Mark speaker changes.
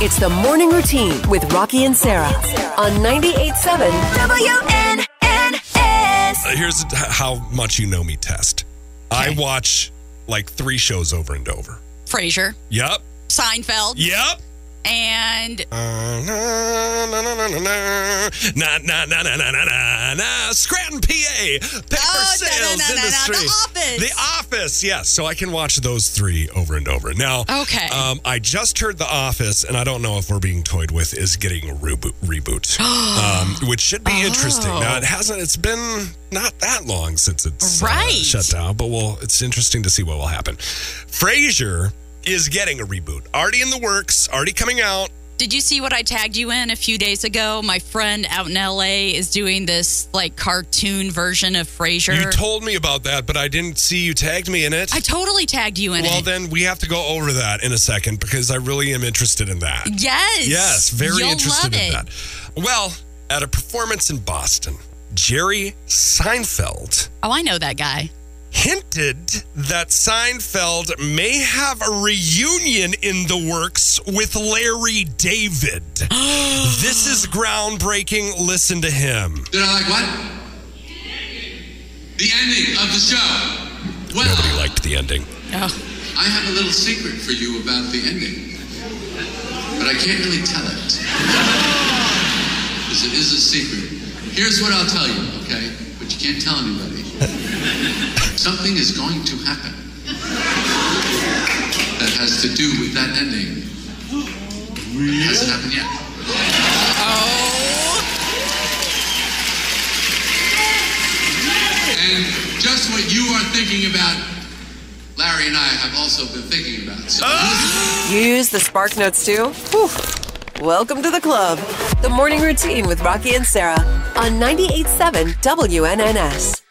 Speaker 1: It's the morning routine with Rocky and Sarah on 98.7 WNNS.
Speaker 2: Uh, here's h- how much you know me test. I watch like three shows over and over.
Speaker 3: Frasier,
Speaker 2: Yep.
Speaker 3: Seinfeld,
Speaker 2: Yep.
Speaker 3: and
Speaker 2: Uh, na, na, na, na, na, na, na, na, na, na, na, na, na, na, Scranton, PA. Paper
Speaker 3: Oh, na, na,
Speaker 2: sales
Speaker 3: na, na, na,
Speaker 2: industry.
Speaker 3: The Office.
Speaker 2: The Office. Yes. So I can watch those three over and over. Now,
Speaker 3: Okay.
Speaker 2: Um, I just heard The Office, and I don't know if we're being toyed with is getting a reboot, reboot, um, which should be interesting. Now
Speaker 3: Oh.
Speaker 2: it hasn't. It's been not that long since it's uh,
Speaker 3: Right.
Speaker 2: shut down, but well, it's interesting to see what will happen. Frasier is getting a reboot, already in the works, already coming out.
Speaker 3: did you see what I tagged you in a few days ago? My friend out in LA is doing this like cartoon version of Frasier.
Speaker 2: You told me about that, but I didn't see you tagged me in it.
Speaker 3: I totally tagged you in
Speaker 2: well,
Speaker 3: it.
Speaker 2: then we have to go over that in a second because I really am interested in that.
Speaker 3: yes.
Speaker 2: Yes, very
Speaker 3: You'll
Speaker 2: interested
Speaker 3: love
Speaker 2: in
Speaker 3: it.
Speaker 2: that. Well, at a performance in Boston, Jerry Seinfeld
Speaker 3: Oh, I know that guy.
Speaker 2: hinted that Seinfeld may have a reunion in the works with Larry David. this is groundbreaking. Listen to him.
Speaker 4: They're not like, what? The ending of the show. Well,
Speaker 2: Nobody liked the ending.
Speaker 3: Oh,
Speaker 4: I have a little secret for you about the ending, but I can't really tell it. Because it is a secret. Here's what I'll tell you, okay? But you can't tell anybody. Something is going to happen that has to do with that ending. It hasn't happened yet. And just what you are thinking about, Larry and I have also been thinking about. So
Speaker 1: Use the spark notes too. Whew. Welcome to the club. The morning routine with Rocky and Sarah on 98.7 WNNS.